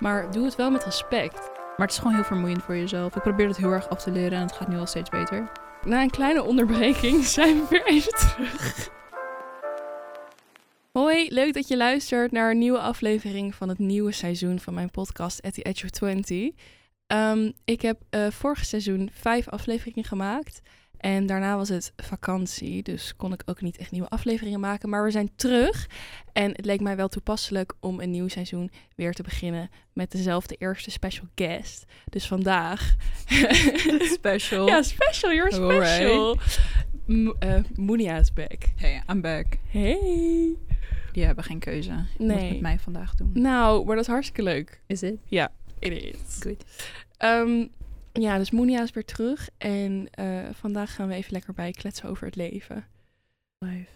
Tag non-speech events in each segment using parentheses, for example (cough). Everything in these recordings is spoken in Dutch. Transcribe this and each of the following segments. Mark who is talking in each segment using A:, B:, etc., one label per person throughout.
A: Maar doe het wel met respect. Maar het is gewoon heel vermoeiend voor jezelf. Ik probeer het heel erg af te leren en het gaat nu al steeds beter. Na een kleine onderbreking (laughs) zijn we weer even terug. Hoi, leuk dat je luistert naar een nieuwe aflevering van het nieuwe seizoen van mijn podcast At the Edge of 20. Ehm, ik heb eh vorig seizoen vijf afleveringen gemaakt. En daarna was het vakantie, dus kon ik ook niet echt nieuwe afleveringen maken. Maar we zijn terug en het leek mij wel toepasselijk om een nieuw seizoen weer te beginnen met dezelfde eerste special guest. Dus vandaag...
B: (laughs) Special.
A: Ja, special. You're special. Oh. M- eh, Moenia is back.
B: Hey, I'm back.
A: Hey.
B: Die hebben geen keuze. Je moet
A: Nee.
B: het met mij vandaag doen.
A: Nou, maar dat is hartstikke leuk.
B: Is it?
A: It is.
B: Good.
A: Ehm, ja, dus Moenia is weer terug. En eh, vandaag gaan we even lekker bij kletsen over het leven.
B: Life.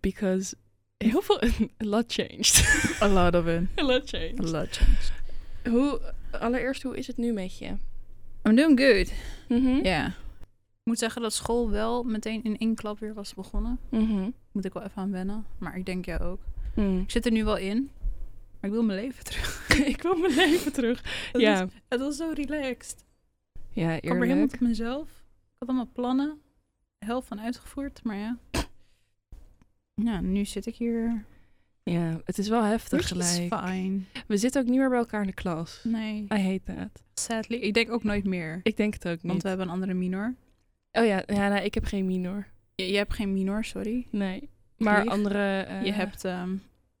A: Because heel veel... (laughs) A lot changed.
B: A lot
A: (laughs)
B: of it.
A: A lot changed.
B: A lot changed.
A: Hoe, allereerst, hoe is het nu met je?
B: I'm doing good.
A: Mhm.
B: Ja. Ik moet zeggen dat school wel meteen in één klap weer was begonnen.
A: Mhm.
B: Moet ik wel even aan wennen. Maar ik denk jij ook.
A: Mm.
B: Ik zit er nu wel in. Maar ik wil mijn leven terug. (laughs)
A: (laughs) ik wil mijn leven terug.
B: Het
A: ja.
B: was- het was zo relaxed.
A: ja, eerlijk.
B: Ik kwam er helemaal tot mezelf. Ik had allemaal plannen. De helft van uitgevoerd. Maar ja. Nou, nu zit ik hier.
A: Ja, het is wel heftig
B: Which is
A: gelijk.
B: fine.
A: We zitten ook niet meer bij elkaar in de klas.
B: Nee.
A: I hate that.
B: Sadly. Ik denk ook nooit meer.
A: Ik denk het ook niet.
B: Want we hebben een andere minor.
A: Oh ja, ja nou, ik heb geen minor.
B: Je, je hebt geen minor, sorry.
A: Nee. Maar
B: lieg.
A: andere. eh,
B: je hebt ehm,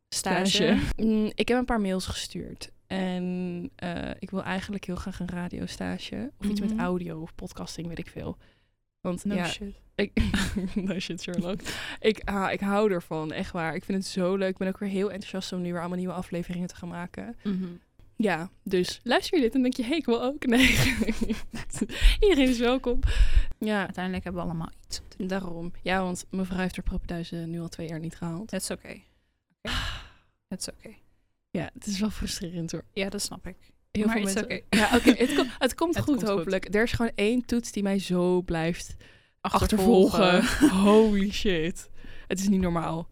A: stage.
B: stage.
A: Mm, ik heb een paar mails gestuurd. En eh, ik wil eigenlijk heel graag een radiostage. Of iets met
B: Mhm.
A: audio of podcasting, weet ik veel. Want
B: no
A: ja,
B: shit.
A: ik. (laughs) no shit, Sherlock. ik, ah, ik hou ervan, echt waar. Ik vind het zo leuk. Ik ben ook weer heel enthousiast om nu weer allemaal nieuwe afleveringen te gaan maken. Ja, dus luister je dit en denk je, hé, ik wil ook. (laughs) Nee. Iedereen is welkom. Ja,
B: Uiteindelijk hebben we allemaal iets. op de-
A: Daarom. Ja, want mevrouw heeft haar propenduizen eh, nu al twee jaar niet gehaald.
B: That's okay.
A: Ah.
B: That's okay.
A: Ja, het is wel frustrerend hoor.
B: Ja, dat snap ik.
A: Heel
B: maar
A: veel
B: it's
A: mensen...
B: okay.
A: Ja, oké. het, (laughs) kom- het komt
B: Het
A: goed
B: komt goed.
A: hopelijk. Er is gewoon één toets die mij zo blijft achtervolgen. (laughs) Holy shit. Het is niet normaal. Oh.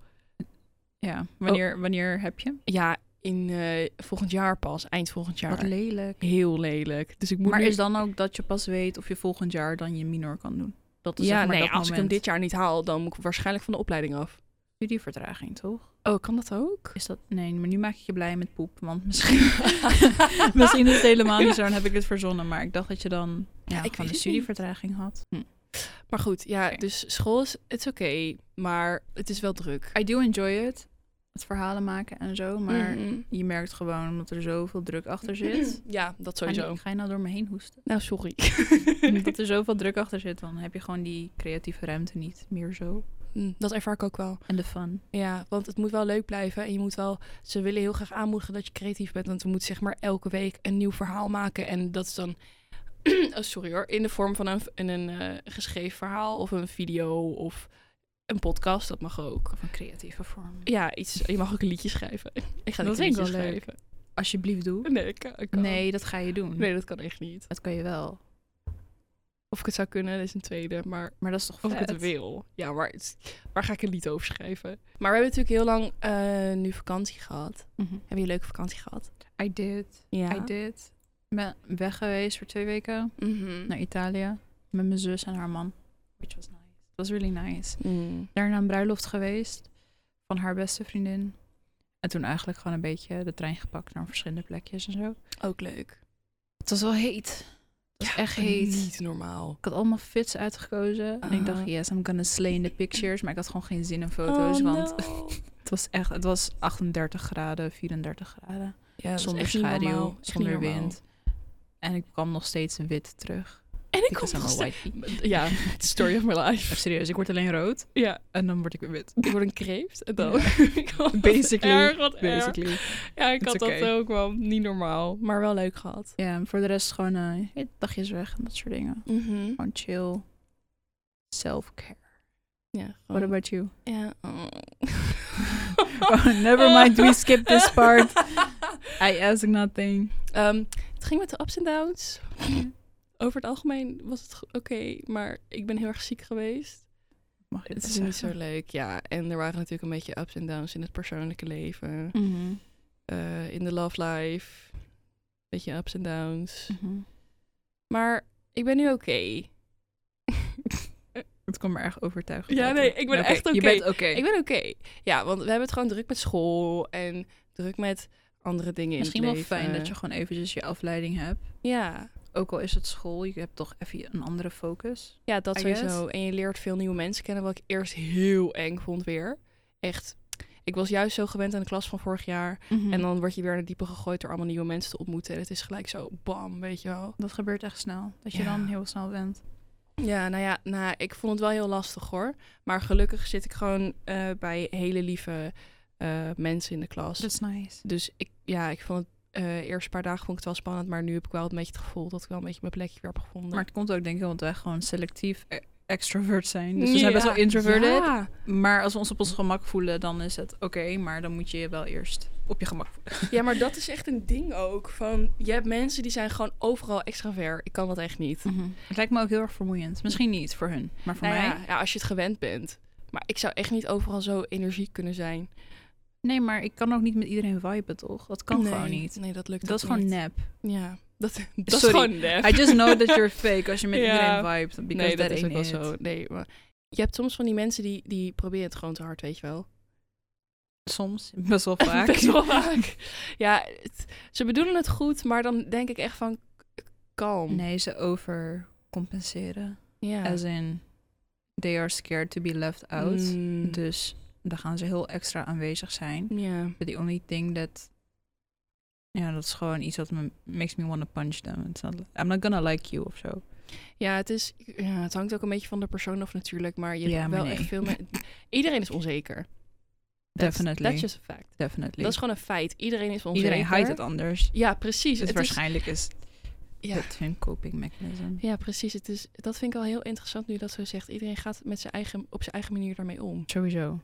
B: Ja, wanneer, wanneer heb je?
A: Ja, in eh, volgend jaar pas. Eind volgend
B: Wat
A: jaar.
B: lelijk.
A: Heel lelijk. Dus ik moet
B: Maar
A: nu-
B: is dan ook dat je pas weet of je volgend jaar dan je minor kan doen? Dat is
A: Ja,
B: zeg maar
A: nee, als
B: dat
A: ik hem
B: moment.
A: dit jaar niet haal, dan moet ik waarschijnlijk van de opleiding af.
B: Studievertraging, toch?
A: Oh, kan dat ook?
B: Is dat... Nee, maar nu maak ik je blij met poep. Want misschien, (laughs) misschien is het helemaal niet zo en heb ik het verzonnen. Maar ik dacht dat je dan ja,
A: ik weet het
B: gewoon een
A: niet.
B: studievertraging had.
A: Maar goed, ja,
B: Oké.
A: dus school is... Het is oké, maar het is wel druk.
B: I do enjoy it. Het verhalen maken en zo. Maar
A: Mhm.
B: je merkt gewoon dat er zoveel druk achter zit.
A: Ja, dat
B: Ga je-
A: sowieso.
B: Mhm. Ga je nou door me heen (laughs) hoesten?
A: Nou, sorry.
B: dat er zoveel druk achter zit, dan heb je gewoon die creatieve ruimte niet meer
A: (laughs)
B: zo.
A: Mm, Dat ervaar ik ook wel.
B: En de fun.
A: Ja, want het moet wel leuk blijven. En je moet wel... Ze willen heel graag aanmoedigen dat je creatief bent. Want we moeten zeg maar elke week een nieuw verhaal maken. En dat is dan... (clears throat) oh, sorry hoor. In de vorm van een, in een eh, geschreven verhaal of een video of een podcast. Dat mag ook.
B: Of een creatieve vorm.
A: Ja, iets, je mag ook een liedje schrijven. (laughs) Ik ga
B: Dat
A: niet een
B: vind ik
A: liedje
B: wel leuk.
A: schrijven.
B: Alsjeblieft doe.
A: Nee, ik, ik kan.
B: Nee, dat ga je doen.
A: nee, dat kan echt niet.
B: Dat kan je wel.
A: Of ik het zou kunnen, dat is een tweede. Maar
B: Maar dat is toch
A: Of
B: vet?
A: ik het wil. Ja, maar het- waar ga ik een lied over schrijven? Maar we hebben natuurlijk heel lang eh, nu vakantie gehad.
B: Mhm.
A: Hebben jullie een leuke vakantie gehad?
B: I did.
A: Ja.
B: I did. Ik ben weg geweest voor twee weken
A: Mhm.
B: naar Italië. Met mijn zus en haar man. Which was nice. It was really nice.
A: Mm.
B: daarna een bruiloft geweest van haar beste vriendin. En toen eigenlijk gewoon een beetje de trein gepakt naar verschillende plekjes en zo.
A: Ook leuk.
B: Het was wel heet. Het was echt heet.
A: Niet normaal.
B: Ik had allemaal fits uitgekozen. En ik dacht,
A: Ah.
B: yes, I'm gonna slay in the pictures. Maar ik had gewoon geen zin in foto's.
A: Oh,
B: want
A: no.
B: (laughs) het was echt, het was 38 graden, 34 graden.
A: (laughs) Ja, dat is
B: zonder
A: echt niet normaal.
B: schaduw,
A: Echt niet
B: zonder
A: normaal.
B: wind. En ik kwam nog steeds wit terug.
A: En ik kom
B: was
A: nog steeds...
B: white people.
A: (laughs)
B: (laughs)
A: Ja, story of my life.
B: Maar serieus, ik word alleen rood.
A: Ja,
B: En dan word ik weer (laughs) wit.
A: ik word een kreeft. En dan...
B: Ja.
A: Ik had wat
B: (laughs) Basically,
A: erg, wat erg.
B: Basically.
A: Ja, ik
B: It's
A: had dat
B: okay.
A: ook wel. Niet normaal. Maar wel leuk gehad.
B: Ja, en voor de rest gewoon eh, dagjes weg en dat soort dingen.
A: Mhm.
B: Gewoon chill. Self-care.
A: Ja, gewoon-
B: What about you?
A: (laughs) Ja. oh.
B: never mind, we skip this part.
A: (laughs)
B: I ask nothing.
A: Ehm, het ging met de ups en downs. Over het algemeen was het go- oké, maar ik ben heel erg ziek geweest.
B: Mag je
A: Het
B: dat
A: is niet zo
B: zeggen?
A: leuk, ja. En er waren natuurlijk een beetje Mm. ups en downs in het persoonlijke leven,
B: Mhm.
A: eh, in de love life. Beetje ups en downs. Mm.
B: mhm.
A: Maar ik ben nu oké.
B: Het komt me erg overtuigend.
A: Ja,
B: uit,
A: nee,
B: hè?
A: ik ben echt
B: Je
A: oké.
B: bent oké.
A: Ik ben oké. Ja, want we hebben het gewoon druk met school en druk met andere dingen
B: Misschien
A: in
B: wel
A: het leven.
B: fijn dat je gewoon eventjes je afleiding hebt.
A: Ja,
B: Ook al is het school, je hebt toch even een andere focus.
A: ja dat
B: I
A: sowieso.
B: guess.
A: En je leert veel nieuwe mensen kennen, wat ik eerst heel eng vond weer. Echt. Ik was juist zo gewend aan de klas van vorig jaar. En dan word je weer naar de diepe gegooid door allemaal nieuwe mensen te ontmoeten. En het is gelijk zo bam, weet je wel.
B: Dat gebeurt echt snel. Dat je
A: Ja.
B: dan heel snel bent.
A: Ja, nou ja, nou, ik vond het wel heel lastig hoor. Maar gelukkig zit ik gewoon eh, bij hele lieve eh, mensen in de klas.
B: Dat is nice.
A: Dus ik, ja, ik vond het eh eerst een paar dagen vond ik het wel spannend, maar nu heb ik wel een beetje het gevoel dat ik wel een beetje mijn plekje weer heb gevonden.
B: Maar het komt ook denk ik omdat wij gewoon selectief e- extrovert zijn. Dus we zijn best
A: Ja.
B: wel introverted.
A: Ja.
B: Maar als we ons op ons gemak voelen, dan is het oké. maar dan moet je je wel eerst op je gemak voelen.
A: ja, maar dat is echt een ding ook. Van, je hebt mensen die zijn gewoon overal extravert. Ik kan dat echt niet.
B: Het lijkt me ook heel erg vermoeiend. Misschien niet voor hun, maar voor
A: Mhm. Nou
B: mij.
A: ja, ja, als je het gewend bent. Maar ik zou echt niet overal zo energiek kunnen zijn.
B: Nee, maar ik kan ook niet met iedereen viben, toch? Dat kan
A: Nee,
B: gewoon niet.
A: Nee, dat lukt
B: Dat is
A: ook
B: gewoon
A: niet. (laughs)
B: nep.
A: Ja, dat, dat is
B: Sorry.
A: gewoon nep.
B: I just know that
A: (laughs)
B: you're fake als je met
A: Ja.
B: iedereen vibet. Because
A: nee, dat is ook
B: ain't
A: wel
B: it.
A: zo. Nee, maar je hebt soms van die mensen die, die proberen het gewoon te hard, weet je wel.
B: Soms,
A: (laughs)
B: best wel vaak.
A: Best wel vaak. Ja, het- ze bedoelen het goed, maar dan denk ik echt van k- kalm.
B: Nee, ze overcompenseren.
A: Ja.
B: As in, they are scared to be left out.
A: Mm,
B: Dus dan gaan ze heel extra aanwezig zijn.
A: Ja.
B: But the only thing that... Ja, dat is gewoon iets wat me, makes me want to punch them. It's not, I'm not gonna like you of zo.
A: ja, het is. Ja, het hangt ook een beetje van de persoon af natuurlijk, maar je
B: Ja,
A: hebt
B: maar
A: wel
B: nee.
A: echt veel.
B: (laughs)
A: me- Iedereen is onzeker. That's-
B: Definitely.
A: That's just a fact.
B: Definitely.
A: Dat is gewoon een feit. Iedereen is onzeker.
B: iedereen hides het anders.
A: Ja, precies.
B: Dus
A: Het is,
B: waarschijnlijk is
A: ja.
B: het hun coping mechanism.
A: ja, precies. Het is, dat vind ik al heel interessant nu je dat zo zegt. Iedereen gaat met zijn eigen, op zijn eigen manier daarmee om.
B: Sowieso.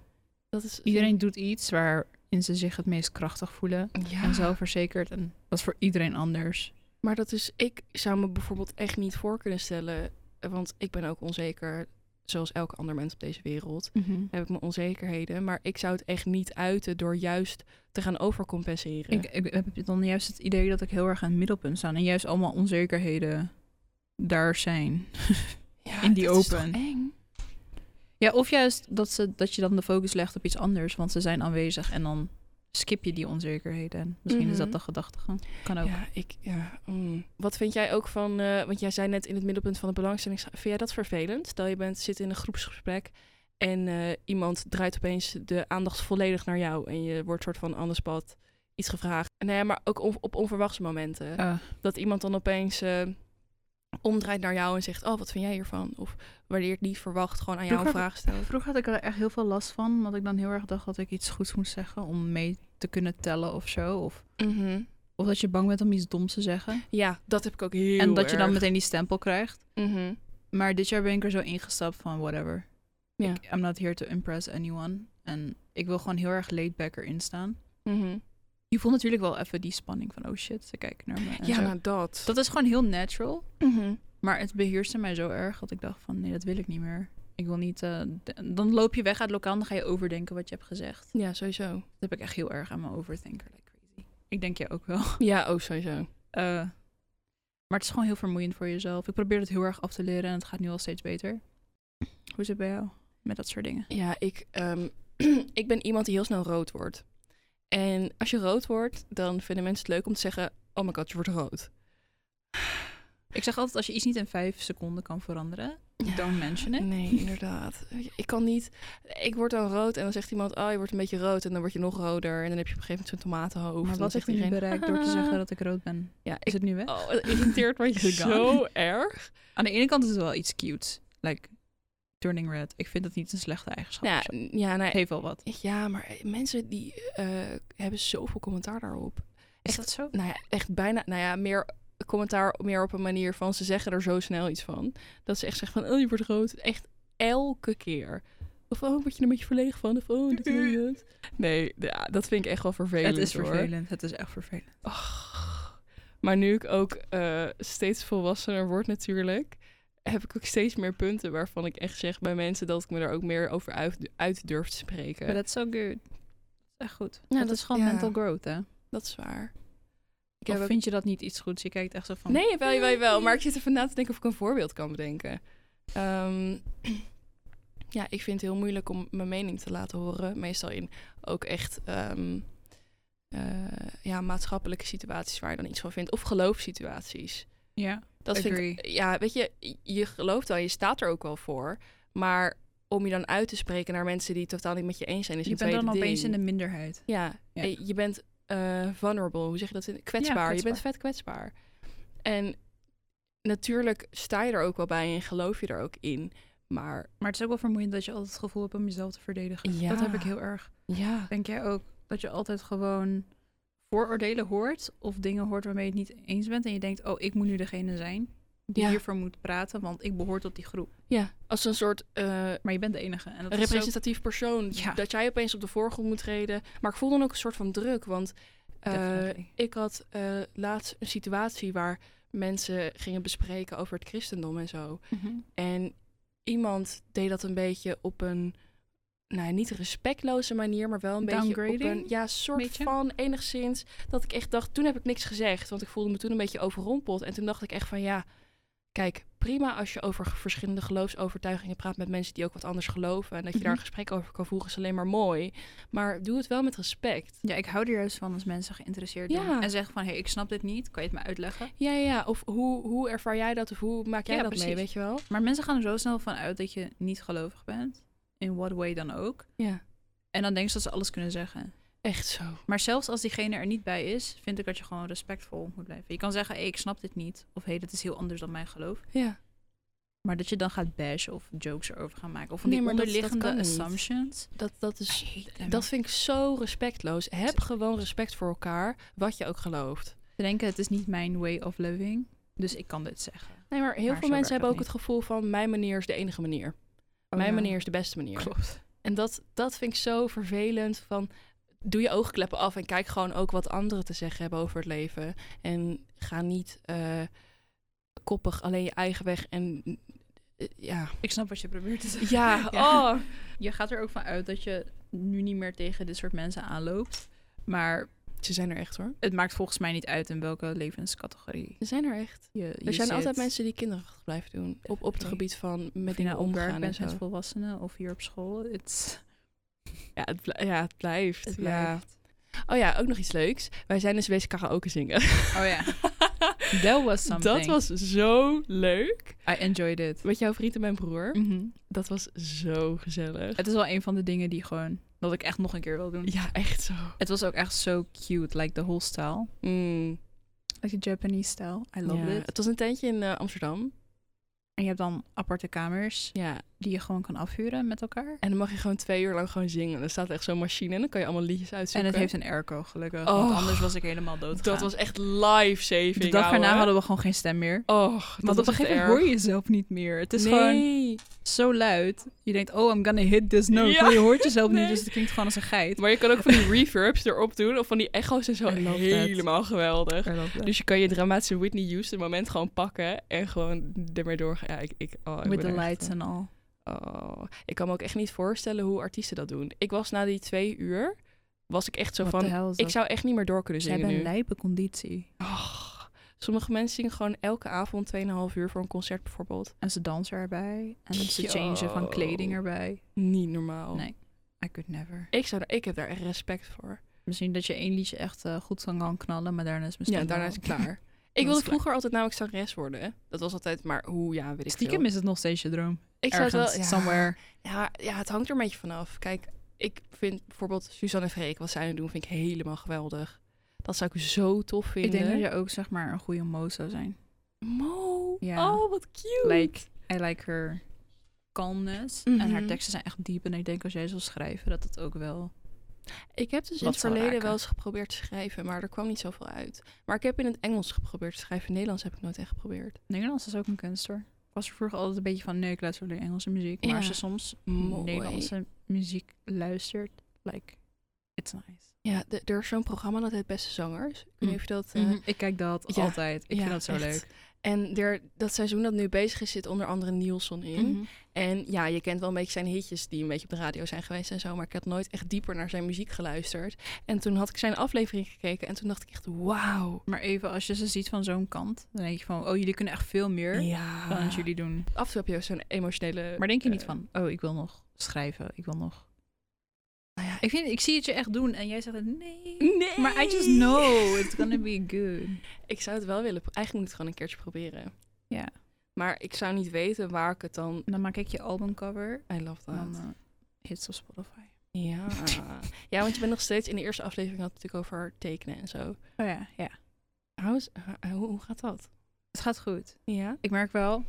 A: Dat is,
B: Iedereen doet iets waarin ze zich het meest krachtig voelen.
A: ja.
B: En zelfverzekerd. En dat is voor iedereen anders.
A: Maar dat is, ik zou me bijvoorbeeld echt niet voor kunnen stellen, eh, want ik ben ook onzeker, zoals elk ander mens op deze wereld.
B: Mhm.
A: Heb ik mijn onzekerheden, maar ik zou het echt niet uiten door juist te gaan overcompenseren.
B: Ik, ik heb dan juist het idee dat ik heel erg aan het middelpunt sta. En juist allemaal onzekerheden daar zijn.
A: Ja,
B: in die
A: dat is toch
B: open.
A: eng?
B: Ja, of juist dat, ze, dat je dan de focus legt op iets anders. Want ze zijn aanwezig en dan skip je die onzekerheden. En Misschien is dat
A: Mhm.
B: de gedachtegang. Kan ook.
A: Ja, ik, ja, mm. Wat vind jij ook van, eh, want jij zei net in het middelpunt van de belangstelling, vind jij dat vervelend? Stel je bent, zit in een groepsgesprek en eh, iemand draait opeens de aandacht volledig naar jou en je wordt soort van anders pad iets gevraagd. Nee, maar ook on- op onverwachte momenten.
B: Eh,
A: dat iemand dan opeens eh, omdraait naar jou en zegt: Oh, wat vind jij hiervan? Of waardeer het niet verwacht, gewoon aan jou een
B: Vroeger-
A: vraag stelt.
B: (laughs) Vroeger had ik er echt heel veel last van, want ik dan heel erg dacht dat ik iets goeds moest zeggen om mee te kunnen tellen of zo. Of,
A: Mhm.
B: of dat je bang bent om iets doms te zeggen.
A: Ja, dat heb ik ook heel
B: en dat je dan
A: erg.
B: meteen die stempel krijgt.
A: Mhm.
B: Maar dit jaar ben ik er zo ingestapt van whatever.
A: Ja.
B: Ik, I'm not here to impress anyone. En ik wil gewoon heel erg laid back erin staan.
A: Mhm.
B: Je voelt natuurlijk wel even die spanning van oh shit, ze kijken naar me. en
A: Ja,
B: zo.
A: nou dat.
B: Dat is gewoon heel natural.
A: Mhm.
B: Maar het beheerste mij zo erg dat ik dacht van nee, dat wil ik niet meer. Ik wil niet... eh, d- dan loop je weg uit het lokaal en dan ga je overdenken wat je hebt gezegd.
A: Ja, sowieso.
B: Dat heb ik echt heel erg aan mijn overthinker. Like crazy. Ik denk jij ook wel.
A: Ja, ook sowieso.
B: Eh, maar het is gewoon heel vermoeiend voor jezelf. Ik probeer het heel erg af te leren en het gaat nu al steeds beter. Hoe is het bij jou met dat soort dingen?
A: Ja, ik, ehm, (clears throat) ik ben iemand die heel snel rood wordt. En als je rood wordt, dan vinden mensen het leuk om te zeggen: Oh my god, je wordt rood.
B: Ik zeg altijd, als je iets niet in vijf seconden kan veranderen, don't mention it.
A: Nee, inderdaad. Ik kan niet. Ik word dan rood en dan zegt iemand: Oh, je wordt een beetje rood. En dan word je nog roder. En dan heb je op een gegeven moment zo'n tomatenhoofd.
B: maar
A: en dan
B: wat
A: zegt
B: heeft het nu
A: iedereen,
B: bereikt door
A: (laughs)
B: te zeggen dat ik rood ben?
A: Ja,
B: Is
A: ik.
B: het nu weg?
A: Oh, het irriteert (laughs) me
B: Is het
A: zo erg.
B: Aan de ene kant is het wel iets cute. Like, turning red. Ik vind dat niet een slechte eigenschap.
A: Nou,
B: of zo.
A: ja, ja,
B: Het
A: nou,
B: heeft wel wat.
A: ja, maar mensen die eh, hebben zoveel commentaar daarop.
B: Is
A: Echt?
B: dat zo?
A: Nou ja, echt bijna. Nou ja, meer commentaar, meer op een manier van ze zeggen er zo snel iets van. Dat ze echt zeggen van: Oh, je wordt rood. Echt elke keer. Of oh, word je er een beetje verlegen van? Of oh, dit
B: (laughs)
A: en dat. Nee, ja, dat vind ik echt wel vervelend.
B: Het is
A: hoor.
B: vervelend. Het is echt vervelend.
A: Ach. Maar nu ik ook eh, steeds volwassener word natuurlijk, heb ik ook steeds meer punten waarvan ik echt zeg bij mensen dat ik me daar ook meer over uit, uit durf te
B: Maar
A: spreken.
B: that's so good. Echt goed.
A: Ja,
B: het
A: dat-
B: is gewoon
A: ja.
B: mental growth, hè?
A: Dat is waar. Ik heb
B: Of
A: ook-
B: vind je dat niet iets goeds? Je kijkt echt zo van...
A: Nee, jawel, jawel, jawel. Maar ik zit ervan na te denken of ik een voorbeeld kan bedenken. Ehm, (clears throat) ja, ik vind het heel moeilijk om mijn mening te laten horen. Meestal in ook echt ehm, eh, ja, maatschappelijke situaties waar je dan iets van vindt. Of geloofssituaties.
B: Ja,
A: Dat vind ik,
B: Agree.
A: ja, weet je, je gelooft wel, je staat er ook wel voor. Maar om je dan uit te spreken naar mensen die het totaal niet met je eens zijn, is
B: je
A: een
B: bent dan
A: tweede
B: opeens in
A: ding.
B: de minderheid.
A: Ja,
B: Ja.
A: eh, je bent eh, vulnerable. Hoe zeg je dat? in- Kwetsbaar. Je bent
B: kwetsbaar.
A: vet kwetsbaar. En natuurlijk sta je er ook wel bij en geloof je er ook in. Maar
B: Maar het is ook wel vermoeiend dat je altijd het gevoel hebt om jezelf te verdedigen.
A: Ja.
B: Dat heb ik heel erg.
A: ja,
B: Denk jij ook dat je altijd gewoon vooroordelen hoort of dingen hoort waarmee je het niet eens bent en je denkt, oh, ik moet nu degene zijn die
A: Ja.
B: hiervoor moet praten, want ik behoor tot die groep.
A: ja als een soort eh,
B: Maar je bent de enige. En dat is zo-
A: representatief persoon.
B: Ja.
A: Dat jij opeens op de voorgrond moet treden. Maar ik voel dan ook een soort van druk. Want eh,
B: Definitely.
A: ik had eh, laatst een situatie waar mensen gingen bespreken over het christendom en zo.
B: Mhm.
A: En iemand deed dat een beetje op een, nou niet respectloze manier, maar wel een beetje op
B: Downgrading?
A: een, ja, soort
B: Beetje?
A: van enigszins. Dat ik echt dacht, toen heb ik niks gezegd, want ik voelde me toen een beetje overrompeld. En toen dacht ik echt van, ja, kijk, prima als je over verschillende geloofsovertuigingen praat met mensen die ook wat anders geloven. En dat je daar een
B: Mhm.
A: gesprek over kan voeren, is alleen maar mooi. Maar doe het wel met respect.
B: Ja, ik hou er juist van als mensen geïnteresseerd
A: Ja.
B: zijn en zeggen van, hé, hey, ik snap dit niet, kan je het me uitleggen?
A: Ja, ja, ja. Of hoe, hoe ervaar jij dat? Of hoe maak jij
B: Ja,
A: dat mee,
B: precies.
A: weet je wel?
B: Maar mensen gaan er zo snel van uit dat je niet gelovig bent, in what way dan ook.
A: Ja,
B: En dan denken ze dat ze alles kunnen zeggen.
A: echt zo.
B: Maar zelfs als diegene er niet bij is, vind ik dat je gewoon respectvol moet blijven. Je kan zeggen, hey, ik snap dit niet. Of hé, hey, dit is heel anders dan mijn geloof.
A: Ja,
B: Maar dat je dan gaat bashen of jokes erover gaan maken. Of van die
A: Nee, maar dat- dat
B: onderliggende
A: kan niet.
B: assumptions.
A: dat, dat is
B: I hate them.
A: Dat vind ik zo respectloos. Heb gewoon respect voor elkaar, wat je ook gelooft.
B: Ze denken, het is niet mijn way of living. Dus ik kan dit zeggen.
A: Nee, maar heel
B: Maar
A: veel
B: zo werkt
A: mensen hebben ook
B: dat
A: het gevoel van mijn manier is de enige manier. mijn manier is de beste manier.
B: Oh, Klopt.
A: En dat, dat vind ik zo vervelend van doe je oogkleppen af en kijk gewoon ook wat anderen te zeggen hebben over het leven. En ga niet eh, koppig alleen je eigen weg en eh, ja.
B: Ik snap wat je probeert te
A: (laughs)
B: zeggen.
A: Ja,
B: Ja.
A: oh.
B: Je gaat er ook van uit dat je nu niet meer tegen dit soort mensen aanloopt. Maar
A: Ze zijn er echt hoor.
B: het maakt volgens mij niet uit in welke levenscategorie
A: Ze zijn er echt.
B: je, je
A: Er zijn altijd
B: zit.
A: mensen die kinderachtig blijven doen. Op, op het
B: Definitely.
A: gebied van met
B: Of je
A: dingen
B: nou omgaan
A: omgaan
B: bent
A: en
B: met
A: zo.
B: volwassenen of hier op school. Het
A: Ja, het, bl- ja, het blijft.
B: het
A: ja.
B: blijft.
A: Oh ja, ook nog iets leuks. Wij zijn dus wezen karaoke zingen.
B: Oh
A: (laughs)
B: ja. That was something.
A: Dat was zo leuk.
B: I enjoyed it. Mhm.
A: Met jouw vriend en mijn broer. Dat was zo gezellig.
B: Het is wel een van de dingen die gewoon dat ik echt nog een keer wil doen.
A: Ja, echt zo.
B: Het was ook echt zo cute, like the whole style.
A: Mm,
B: Like the Japanese style. I love
A: ja.
B: it.
A: Het was een tentje in eh, Amsterdam.
B: En je hebt dan aparte kamers
A: Ja.
B: die je gewoon kan afhuren met elkaar.
A: En dan mag je gewoon twee uur lang gewoon zingen. Er staat echt zo'n machine en dan kan je allemaal liedjes
B: En
A: uitzoeken.
B: het heeft een airco, gelukkig.
A: Oh.
B: Want anders was ik helemaal dood
A: Dat was echt life-saving,
B: De dag daarna hadden we gewoon geen stem meer.
A: Och, dat
B: Want op
A: was echt
B: een gegeven
A: erg.
B: moment hoor je jezelf niet meer. Het is gewoon
A: Nee.
B: zo luid. Je denkt, oh, I'm gonna hit this note.
A: Ja.
B: Maar je hoort jezelf
A: Nee.
B: niet, dus het klinkt gewoon als een geit.
A: Maar je kan ook van die reverbs erop doen of van die echo's en zo.
B: I love that.
A: Helemaal geweldig.
B: Dus
A: Dus je kan je dramatische Whitney Houston moment gewoon pakken en gewoon ermee doorgaan. Ja, ik, ik, oh, ik
B: With
A: ben er
B: the
A: echt,
B: lights
A: eh,
B: en al.
A: oh. Ik kan me ook echt niet voorstellen hoe artiesten dat doen. Ik was na die twee uur, was ik echt zo van, ik zou echt niet meer door kunnen
B: Ze
A: zingen
B: hebben een
A: nu.
B: lijpe conditie.
A: Och, sommige mensen zingen gewoon elke avond 2,5 uur voor een concert bijvoorbeeld.
B: En ze dansen erbij. En ze
A: Yo.
B: changen van kleding erbij.
A: Niet normaal.
B: Nee. I could never.
A: Ik, zou, daar- ik heb daar echt respect voor.
B: Misschien dat je één liedje echt eh, goed van kan knallen, maar daarna is misschien
A: ja, daarna is
B: (laughs)
A: het klaar.
B: is
A: Ik wilde
B: klaar.
A: vroeger altijd namelijk zangeres worden. Dat was altijd maar hoe, ja, weet ik
B: Stiekem
A: veel.
B: is het nog steeds je droom.
A: Ik zou het
B: Ergens,
A: wel, ja.
B: somewhere.
A: Ja, ja, het hangt er een beetje vanaf. Kijk, ik vind bijvoorbeeld Suzanne Freek, wat zij nu doen, vind ik helemaal geweldig. Dat zou ik zo tof
B: Ik
A: vinden.
B: denk dat je ook zeg maar een goede mo zou zijn.
A: Mo,
B: Ja.
A: oh wat cute.
B: Like, I like her calmness. En haar
A: Mhm.
B: teksten zijn echt diep. En ik denk als jij zou schrijven, dat het ook wel...
A: Ik heb dus in
B: Wat
A: het
B: zou
A: verleden
B: raken.
A: wel eens geprobeerd te schrijven, maar er kwam niet zoveel uit. Maar ik heb in het Engels geprobeerd te schrijven. Nederlands heb ik nooit echt geprobeerd.
B: Nederlands is ook een kunst hoor. Ik was er vroeger altijd een beetje van, nee, ik luister alleen Engelse muziek. Maar
A: Ja.
B: als je soms
A: Mooi.
B: Nederlandse muziek luistert, like, it's nice.
A: Ja, de- er is zo'n programma dat heet Beste Zangers. Ik weet niet
B: Mm.
A: of je dat... eh,
B: Ik kijk dat
A: Ja.
B: altijd. Ik
A: Ja,
B: vind dat zo
A: echt.
B: leuk.
A: En er, dat seizoen dat nu bezig is, zit onder andere Nielsen in.
B: Mhm.
A: En ja, je kent wel een beetje zijn hitjes die een beetje op de radio zijn geweest en zo. Maar ik had nooit echt dieper naar zijn muziek geluisterd. En toen had ik zijn aflevering gekeken en toen dacht ik echt, wauw.
B: Maar even als je ze ziet van zo'n kant, dan denk je van, oh, jullie kunnen echt veel meer dan
A: Ja.
B: jullie doen.
A: Af en toe heb je ook zo'n emotionele...
B: Maar denk je niet
A: eh,
B: van, oh, ik wil nog schrijven, ik wil nog...
A: Nou ja, ik-
B: Ik, vind, ik zie het je echt doen en jij zegt het, nee.
A: nee!
B: Maar I just know, it's gonna be good.
A: (laughs) Ik zou het wel willen. pro- Eigenlijk moet ik het gewoon een keertje proberen.
B: Ja.
A: Maar ik zou niet weten waar ik het dan...
B: En dan maak ik je albumcover
A: I love
B: en
A: that.
B: dan eh, hits op Spotify.
A: Ja.
B: (laughs)
A: ja, want je bent nog steeds... In de eerste aflevering had het natuurlijk over tekenen en zo.
B: Oh ja, ja.
A: Hoe, is- eh, hoe, hoe gaat dat?
B: Het gaat goed.
A: Ja?
B: Ik merk wel,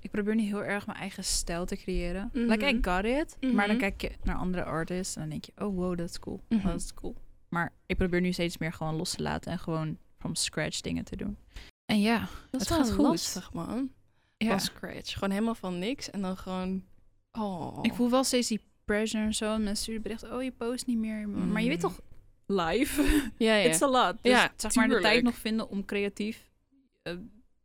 B: ik probeer niet heel erg mijn eigen stijl te creëren.
A: Mhm.
B: Like, I got it. Maar dan
A: Mhm.
B: kijk je naar andere artists en dan denk je, oh wow, dat is cool.
A: Mhm.
B: Oh, dat is cool. Maar ik probeer nu steeds meer gewoon los te laten en gewoon from scratch dingen te doen. En ja,
A: Dat is
B: Het gaat
A: wel
B: goed.
A: lastig, man.
B: ja.
A: Van scratch. Gewoon helemaal van niks en dan gewoon... Oh.
B: ik voel wel steeds die pressure en zo. En mensen sturen berichten, oh je post niet meer. Maar je
A: Mm.
B: weet toch, live.
A: Ja, ja.
B: It's a lot. Dus
A: Ja,
B: zeg maar de tijd
A: tuurlijk.
B: nog vinden om creatief eh,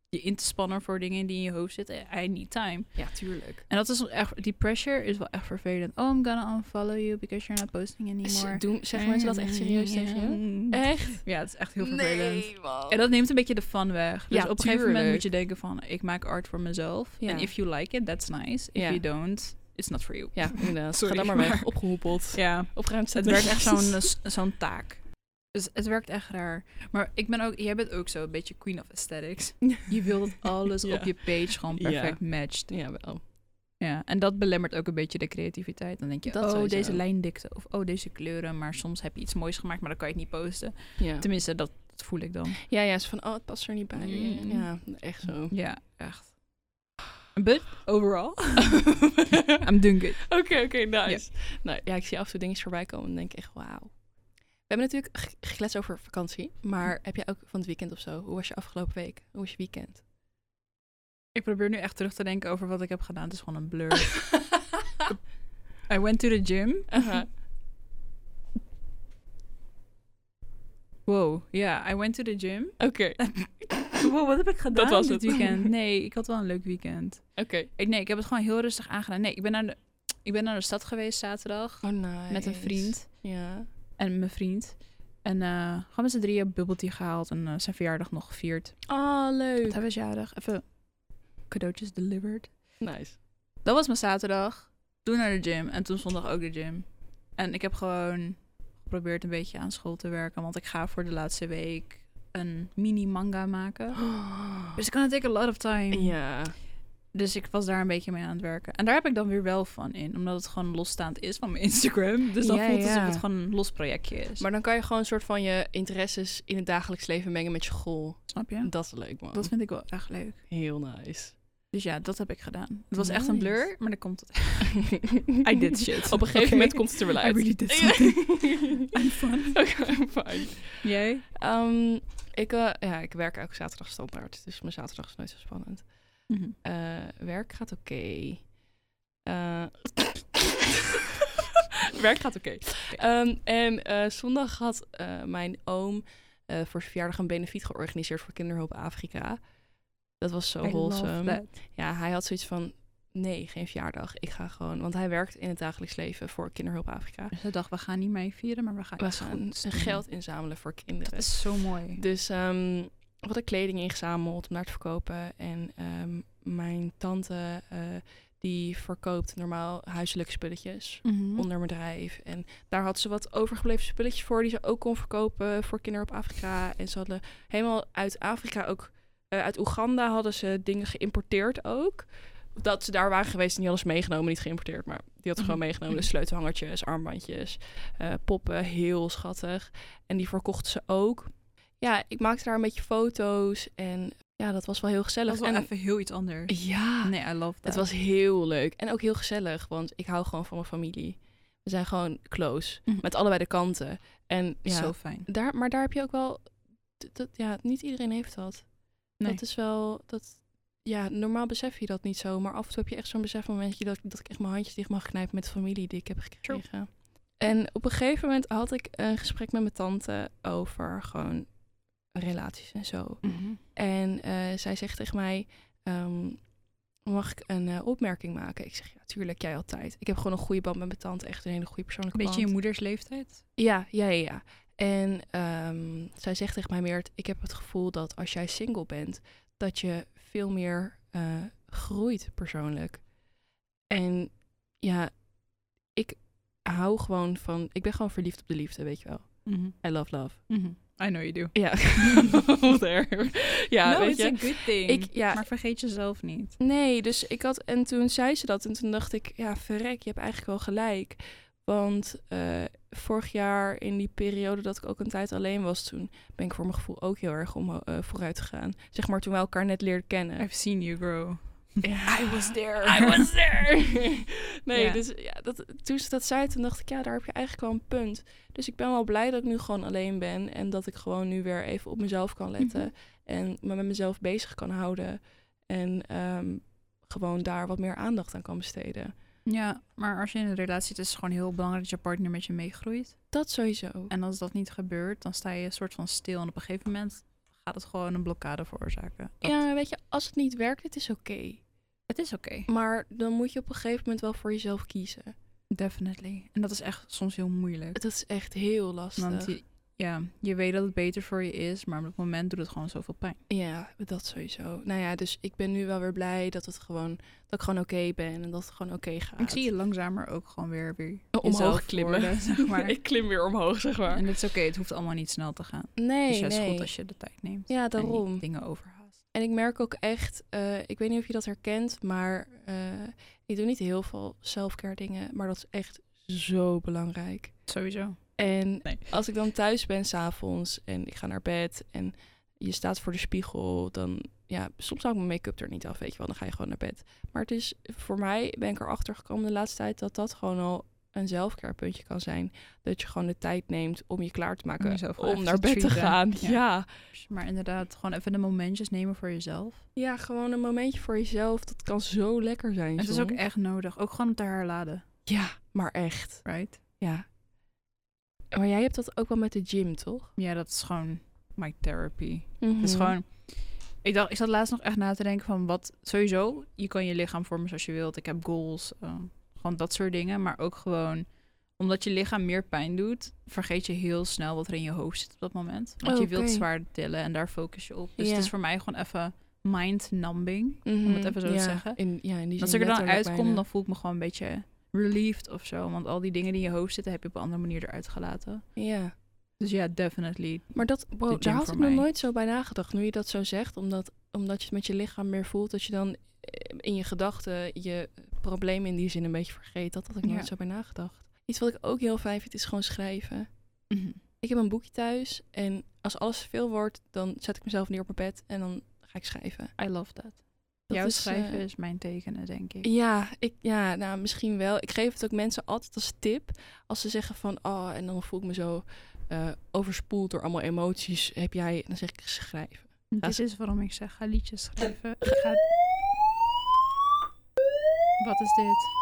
B: je in te spannen voor dingen die in je hoofd zitten. I need time.
A: ja, tuurlijk.
B: En dat is echt, die pressure is wel echt vervelend. Oh, I'm gonna unfollow you because you're not posting
A: Ze-
B: anymore. Mm.
A: Doen, zeggen mensen dat echt serieus tegen je?
B: je?
A: Echt?
B: Ja, het is echt heel vervelend.
A: Nee, man.
B: En dat neemt een beetje de fun weg. Dus
A: Ja,
B: op een gegeven moment
A: tuurlijk.
B: moet je denken van, ik maak art voor mezelf. En
A: Ja.
B: if you like it, that's nice. If
A: Ja.
B: you don't, it's not for you.
A: (laughs) Ja, inderdaad.
B: Sorry,
A: Ga dan maar
B: maar-
A: weg. Opgehoepeld.
B: Ja.
A: Opgeruimd staat
B: Het werkt echt zo'n (laughs) eh, s- zo'n taak. Dus het werkt echt raar. Maar ik ben ook, jij bent ook zo een beetje queen of
A: (laughs)
B: aesthetics. Je wil dat alles
A: Ja.
B: op je page gewoon
A: Ja.
B: perfect matcht.
A: Ja, wel.
B: Ja. En dat belemmert ook een beetje de creativiteit. Dan denk je,
A: Dat
B: oh,
A: sowieso.
B: deze lijndikte of oh, deze kleuren. Maar soms heb je iets moois gemaakt, maar dan kan je het niet posten.
A: Ja.
B: Tenminste, dat, dat voel ik dan.
A: ja, ja. Zo van, oh, het past er niet bij.
B: Mm.
A: Ja, echt zo. (laughs)
B: Ja, echt. But overall, (laughs) I'm doing good.
A: Oké, oké, nice. Nou ja, ik zie af en toe dingetjes voorbij komen en denk ik echt, wauw. We hebben natuurlijk g- gekletst over vakantie, maar
B: Hm.
A: heb jij ook van het weekend of zo? Hoe was je afgelopen week? Hoe was je weekend?
B: Ik probeer nu echt terug te denken over wat ik heb gedaan. Het is gewoon een blur. I went to the gym. (laughs)
A: Aha.
B: Wow, ja, I went to the gym.
A: Oké,
B: Wow, wat heb ik gedaan
A: was het.
B: dit (laughs) weekend? Nee, ik had wel een leuk weekend.
A: oké.
B: Ik, nee, ik heb het gewoon heel rustig aangedaan. Nee, ik ben naar de, ik ben naar de stad geweest zaterdag
A: Oh, nice.
B: met een vriend
A: Ja.
B: en mijn vriend. En eh gewoon met z'n drieën bubbeltje gehaald en eh, zijn verjaardag nog gevierd.
A: Oh, leuk.
B: Want hij was jarig. Even cadeautjes delivered.
A: Nice.
B: Dat was mijn zaterdag. Toen naar de gym en toen zondag ook de gym. En ik heb gewoon geprobeerd een beetje aan school te werken. Want ik ga voor de laatste week een mini manga maken.
A: Oh.
B: Dus ik kan take a lot of time.
A: Ja.
B: Dus ik was daar een beetje mee aan het werken. En daar heb ik dan weer wel van in. Omdat het gewoon losstaand is van mijn Instagram. Dus dan
A: Ja,
B: voelt het
A: ja.
B: alsof het gewoon een los projectje is.
A: Maar dan kan je gewoon een soort van je interesses in het dagelijks leven mengen met je school.
B: snap je?
A: Dat is leuk, man.
B: Dat vind ik wel echt leuk.
A: heel nice.
B: Dus ja, dat heb ik gedaan. Het was echt een
A: Nice.
B: blur, maar dan komt het.
A: (laughs) I
B: I did shit.
A: Op een gegeven
B: Oké.
A: moment komt het er wel
B: I
A: uit.
B: really did something. (laughs) I'm fun.
A: (laughs) Oké, I'm fine.
B: Jij?
A: Ehm, ik, eh, ja, ik werk elke zaterdag standaard, dus mijn zaterdag is nooit zo spannend. Eh, werk gaat oké. Eh, (coughs) werk gaat oké. Ehm, en eh, zondag had eh, mijn oom eh, voor zijn verjaardag een benefiet georganiseerd voor Kinderhulp Afrika. Dat was zo
B: I love
A: wholesome.
B: that.
A: Ja, hij had zoiets van, nee, geen verjaardag. Ik ga gewoon, want hij werkt in het dagelijks leven voor Kinderhulp Afrika.
B: Dus ik dacht, we gaan niet mee vieren, maar we gaan
A: We
B: iets
A: gaan
B: goeds doen.
A: geld inzamelen voor kinderen.
B: Dat is zo mooi.
A: Dus ehm we hadden kleding ingezameld om naar te verkopen. En ehm, mijn tante, eh, die verkoopt normaal huiselijke spulletjes
B: Mhm.
A: onder een bedrijf. En daar had ze wat overgebleven spulletjes voor die ze ook kon verkopen voor kinderen op Afrika. En ze hadden helemaal uit Afrika ook, eh, uit Oeganda hadden ze dingen geïmporteerd ook. Dat ze daar waren geweest en die hadden ze meegenomen, niet geïmporteerd, maar die had ze
B: Mhm.
A: gewoon meegenomen. Dus sleutelhangertjes, armbandjes, eh, poppen, heel schattig. En die verkochten ze ook. Ja, ik maakte daar een beetje foto's en ja, dat was wel heel
B: dat
A: gezellig.
B: was wel
A: en,
B: even heel iets anders.
A: ja,
B: Nee, I love that.
A: het was heel leuk en ook heel gezellig, want ik hou gewoon van mijn familie. We zijn gewoon close,
B: Mhm.
A: met allebei de kanten. En ja,
B: zo fijn.
A: daar, maar daar heb je ook wel, d- dat, ja, niet iedereen heeft dat.
B: Nee.
A: Dat is wel, dat, ja, normaal besef je dat niet zo, maar af en toe heb je echt zo'n besefmomentje dat, ik- dat ik echt mijn handjes dicht mag knijpen met de familie die ik heb gekregen. En op een gegeven moment had ik een gesprek met mijn tante over gewoon relaties en zo.
B: Mhm.
A: En eh, zij zegt tegen mij: ehm, Mag ik een eh, opmerking maken? Ik zeg: Ja, tuurlijk, jij altijd. Ik heb gewoon een goede band met mijn tante, echt een hele goede persoonlijke
B: Beetje je
A: band.
B: moeders leeftijd.
A: Ja, ja, ja. ja. En ehm, zij zegt tegen mij, Meert, ik heb het gevoel dat als jij single bent, dat je veel meer eh, groeit persoonlijk. En ja, ik hou gewoon van, ik ben gewoon verliefd op de liefde, weet je wel.
B: Mhm.
A: I love love.
B: I know you do.
A: (laughs) Ja, wat erg. Ja,
B: no,
A: weet
B: it's
A: je.
B: a good thing.
A: Ik, ja,
B: Maar vergeet jezelf niet.
A: Nee, dus ik had. En toen zei ze dat. En toen dacht ik, ja, verrek, je hebt eigenlijk wel gelijk. Want eh, vorig jaar, in die periode dat ik ook een tijd alleen was, toen ben ik voor mijn gevoel ook heel erg om, vooruit gegaan. Zeg maar toen we elkaar net leerden kennen.
B: I've seen you grow.
A: Ja.
B: I was there.
A: I was there! (laughs) nee,
B: Ja.
A: dus ja, dat, toen ze dat zei, toen dacht ik, ja, daar heb je eigenlijk wel een punt. Dus ik ben wel blij dat ik nu gewoon alleen ben. En dat ik gewoon nu weer even op mezelf kan letten.
B: Mhm.
A: En me met mezelf bezig kan houden. En ehm, gewoon daar wat meer aandacht aan kan besteden.
B: Ja, maar als je in een relatie zit, is het gewoon heel belangrijk dat je partner met je meegroeit.
A: Dat sowieso.
B: En als dat niet gebeurt, dan sta je een soort van stil. En op een gegeven moment gaat het gewoon een blokkade veroorzaken. Dat-
A: Ja, weet je, als het niet werkt, het is oké.
B: Het is oké.
A: Maar dan moet je op een gegeven moment wel voor jezelf kiezen.
B: Definitely. En dat is echt soms heel moeilijk.
A: Dat is echt heel lastig.
B: Want je, ja, je weet dat het beter voor je is, maar op het moment doet het gewoon zoveel pijn.
A: Ja, dat sowieso. Nou ja, dus ik ben nu wel weer blij dat, het gewoon, dat ik gewoon oké ben en dat het gewoon oké gaat.
B: Ik zie je langzamer ook gewoon weer, weer
A: omhoog
B: jezelf
A: klimmen.
B: worden, zeg (laughs) maar.
A: ik klim weer omhoog, zeg maar.
B: En dat is oké, het hoeft allemaal niet snel te gaan.
A: Nee,
B: het is juist
A: nee.
B: goed als je de tijd neemt.
A: Ja,
B: en niet
A: daarom.
B: dingen overhaast.
A: En ik merk ook echt, eh, ik weet niet of je dat herkent, maar eh, ik doe niet heel veel selfcare dingen, maar dat is echt zo belangrijk.
B: Sowieso.
A: En
B: Nee.
A: als ik dan thuis ben s'avonds en ik ga naar bed en je staat voor de spiegel, dan ja, soms hou ik mijn make-up er niet af, weet je wel, dan ga je gewoon naar bed. Maar het is voor mij, ben ik erachter gekomen de laatste tijd, dat dat gewoon al een zelfcare puntje kan zijn. Dat je gewoon de tijd neemt om je klaar te
B: Om
A: maken
B: jezelf
A: om,
B: gewoon even
A: naar
B: te
A: bed te
B: treaten.
A: gaan.
B: Ja.
A: ja.
B: Maar inderdaad, gewoon even de momentjes nemen voor jezelf.
A: Ja, gewoon een momentje voor jezelf. Dat kan zo lekker zijn.
B: Het is ook
A: soms.
B: echt nodig. Ook gewoon om te herladen,
A: Ja, maar echt.
B: right?
A: Ja. Maar jij hebt dat ook wel met de gym, toch? Mhm.
B: Ja, dat is gewoon my therapy.
A: Het
B: Het is Dus gewoon... Ik, dacht, ik zat laatst nog echt na te denken van wat... Sowieso, je kan je lichaam vormen zoals je wilt. Ik heb goals. ehm, gewoon dat soort dingen. Maar ook gewoon... Omdat je lichaam meer pijn doet... vergeet je heel snel wat er in je hoofd zit op dat moment. Want je wilt
A: Oh, Oké.
B: zwaar tillen en daar focus je op. Dus
A: Ja.
B: het is voor mij gewoon even mind-numbing. om het even zo
A: Mhm,
B: te
A: ja,
B: zeggen.
A: In, ja, in die zin
B: Als ik er dan
A: letterlijk
B: uitkom,
A: bijna.
B: dan voel ik me gewoon een beetje relieved of zo. Want al die dingen die in je hoofd zitten, heb je op een andere manier eruit gelaten.
A: Ja.
B: Dus ja, definitely.
A: Maar dat, wow,
B: gym
A: daar had
B: voor
A: ik nog
B: mij.
A: nooit zo bij nagedacht. Nu je dat zo zegt, omdat, omdat je het met je lichaam meer voelt... dat je dan eh, in je gedachten je probleem in die zin een beetje vergeet. Dat had ik nooit
B: Ja.
A: zo bij nagedacht. Iets wat ik ook heel fijn vind, is gewoon schrijven. ik heb een boekje thuis en als alles veel wordt, dan zet ik mezelf neer op mijn bed en dan ga ik schrijven.
B: I love that.
A: Dat
B: Jouw
A: is,
B: schrijven
A: eh,
B: is mijn tekenen, denk ik.
A: Ja, ik, ja, nou misschien wel. Ik geef het ook mensen altijd als tip. Als ze zeggen van, oh, en dan voel ik me zo eh, overspoeld door allemaal emoties. Heb jij, dan zeg ik schrijven.
B: Dit is waarom ik zeg, ga liedjes schrijven. Ik ga- Wat is dit?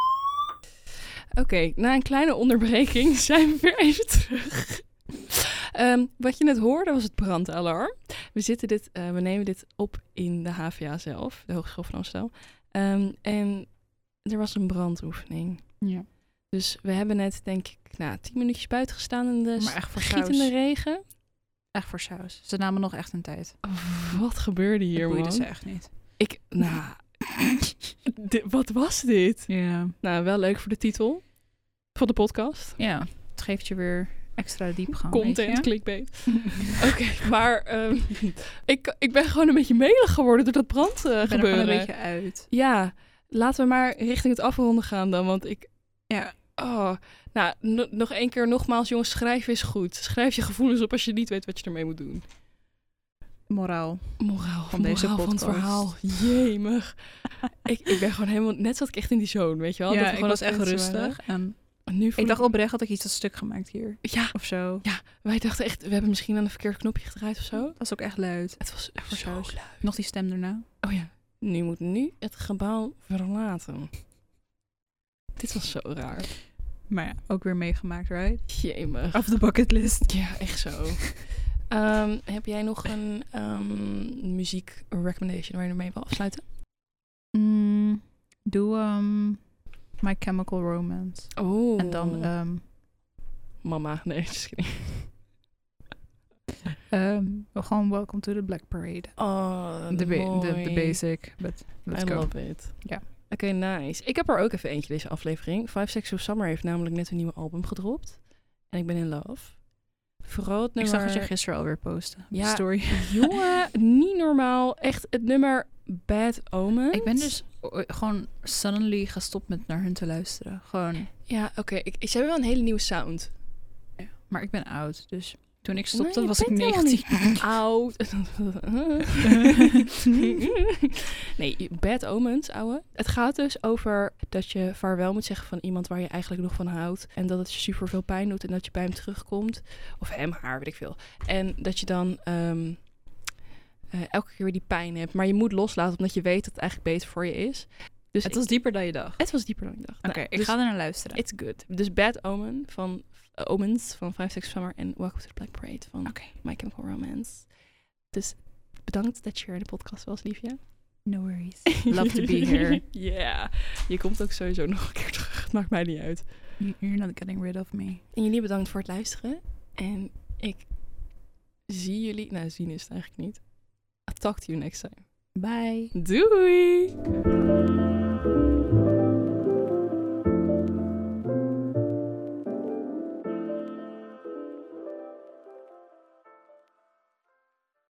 A: Oké, na een kleine onderbreking (laughs) zijn we weer even terug. (laughs) Ehm, wat je net hoorde was het brandalarm. We, zitten dit, eh, we nemen dit op in de HVA zelf, de Hogeschool van Amsterdam. Ehm, en er was een brandoefening.
B: Ja.
A: Dus we hebben net, denk ik, nou, tien minuutjes buiten gestaan in de
B: Maar echt voor
A: gietende
B: saus.
A: regen.
B: Echt voor saus. Ze namen nog echt een tijd.
A: Wat gebeurde hier,
B: Hier boeide ze
A: man?
B: echt niet.
A: Ik, nou, di- wat was dit?
B: (laughs) Ja.
A: Nou, wel leuk voor de titel van de podcast.
B: Ja. Het geeft je weer extra diepgang.
A: Content,
B: Oh, weet je?
A: clickbait.
B: (laughs)
A: Oké, maar ehm, ik, ik ben gewoon een beetje melig geworden door dat brand eh,
B: Ik ben er gewoon
A: gebeuren.
B: een beetje uit.
A: Ja, laten we maar richting het afronden gaan dan, want ik...
B: Ja.
A: Oh, nou, no- nog één keer nogmaals, jongens, schrijf is goed. Schrijf je gevoelens op als je niet weet wat je ermee moet doen.
B: Moraal.
A: Moraal
B: Van deze
A: moraal van het
B: podcast.
A: verhaal. Jemig. (laughs) ik, ik ben gewoon helemaal... Net zat ik echt in die zone, weet je wel?
B: ja,
A: Dat we
B: ik
A: gewoon
B: was
A: aan het
B: echt
A: kletsen waren.
B: rustig. En
A: Nu voel
B: ik dacht oprecht dat ik iets had stuk gemaakt hier.
A: Ja,
B: Of zo.
A: wij dachten echt, we hebben misschien aan een verkeerd knopje gedraaid of zo.
B: Dat is ook echt luid.
A: Het was echt
B: voor
A: zo
B: saus.
A: luid.
B: Nog die stem daarna.
A: Oh ja, nu moet nu het gebouw verlaten. Dit was zo raar.
B: Maar ja, ook weer meegemaakt, right?
A: Jemig.
B: Af de bucketlist. (laughs)
A: Ja, echt zo. Ehm, heb jij nog een ehm, muziek recommendation waar je mee wil afsluiten?
B: Mm, doe ehm, My Chemical Romance.
A: Oh.
B: En dan ehm,
A: Mama, nee, (laughs) just kidding.
B: ehm, gewoon Welcome to the Black Parade.
A: Oh,
B: De ba- de- de
A: mooi.
B: basic, but let's
A: I
B: go.
A: love it.
B: Ja.
A: Oké, nice. Ik heb er ook even eentje deze aflevering. Five Sexual Summer heeft namelijk net een nieuwe album gedropt. En ik ben in love. Vooral het
B: Ik
A: nummer...
B: zag het je gisteren alweer posten. op de
A: Ja,
B: story.
A: (laughs) Jongen, niet normaal. Echt het nummer Bad Omen.
B: (laughs) Ik ben dus o- gewoon suddenly gestopt met naar hun te luisteren. Gewoon.
A: Ja, oké. Ik, ik- ze hebben wel een hele nieuwe sound.
B: Maar ik ben oud, dus toen ik
A: Nee,
B: stopte
A: je
B: was ik
A: bent helemaal
B: 19.
A: Oud.
B: (laughs)
A: nee, Bad Omens, ouwe. Het gaat dus over dat je vaarwel moet zeggen van iemand waar je eigenlijk nog van houdt. En dat het je super veel pijn doet en dat je bij hem terugkomt. Of hem, haar, weet ik veel. En dat je dan ehm, eh, elke keer weer die pijn hebt. Maar je moet loslaten omdat je weet dat het eigenlijk beter voor je is. Dus
B: Het
A: ik-
B: was dieper dan je dacht. Oké,
A: het was dieper dan ik dacht. Nou,
B: ik
A: dus-
B: ga er naar luisteren.
A: It's good. Dus Bad Omen van eh, Omens van 5 Sex Summer en Welcome to the Black Parade van
B: Oké.
A: My Chemical Romance. Dus bedankt dat je er in de podcast was, liefje. (laughs)
B: No worries. Love to be
A: Ja, (laughs)
B: here.
A: je komt ook sowieso nog een keer terug. Het maakt mij niet uit.
B: (laughs) You- You're not getting rid of me.
A: En jullie bedankt voor het luisteren. En ik zie jullie, nou zien is het eigenlijk niet. I'll talk to you next time.
B: Bye.
A: Doei!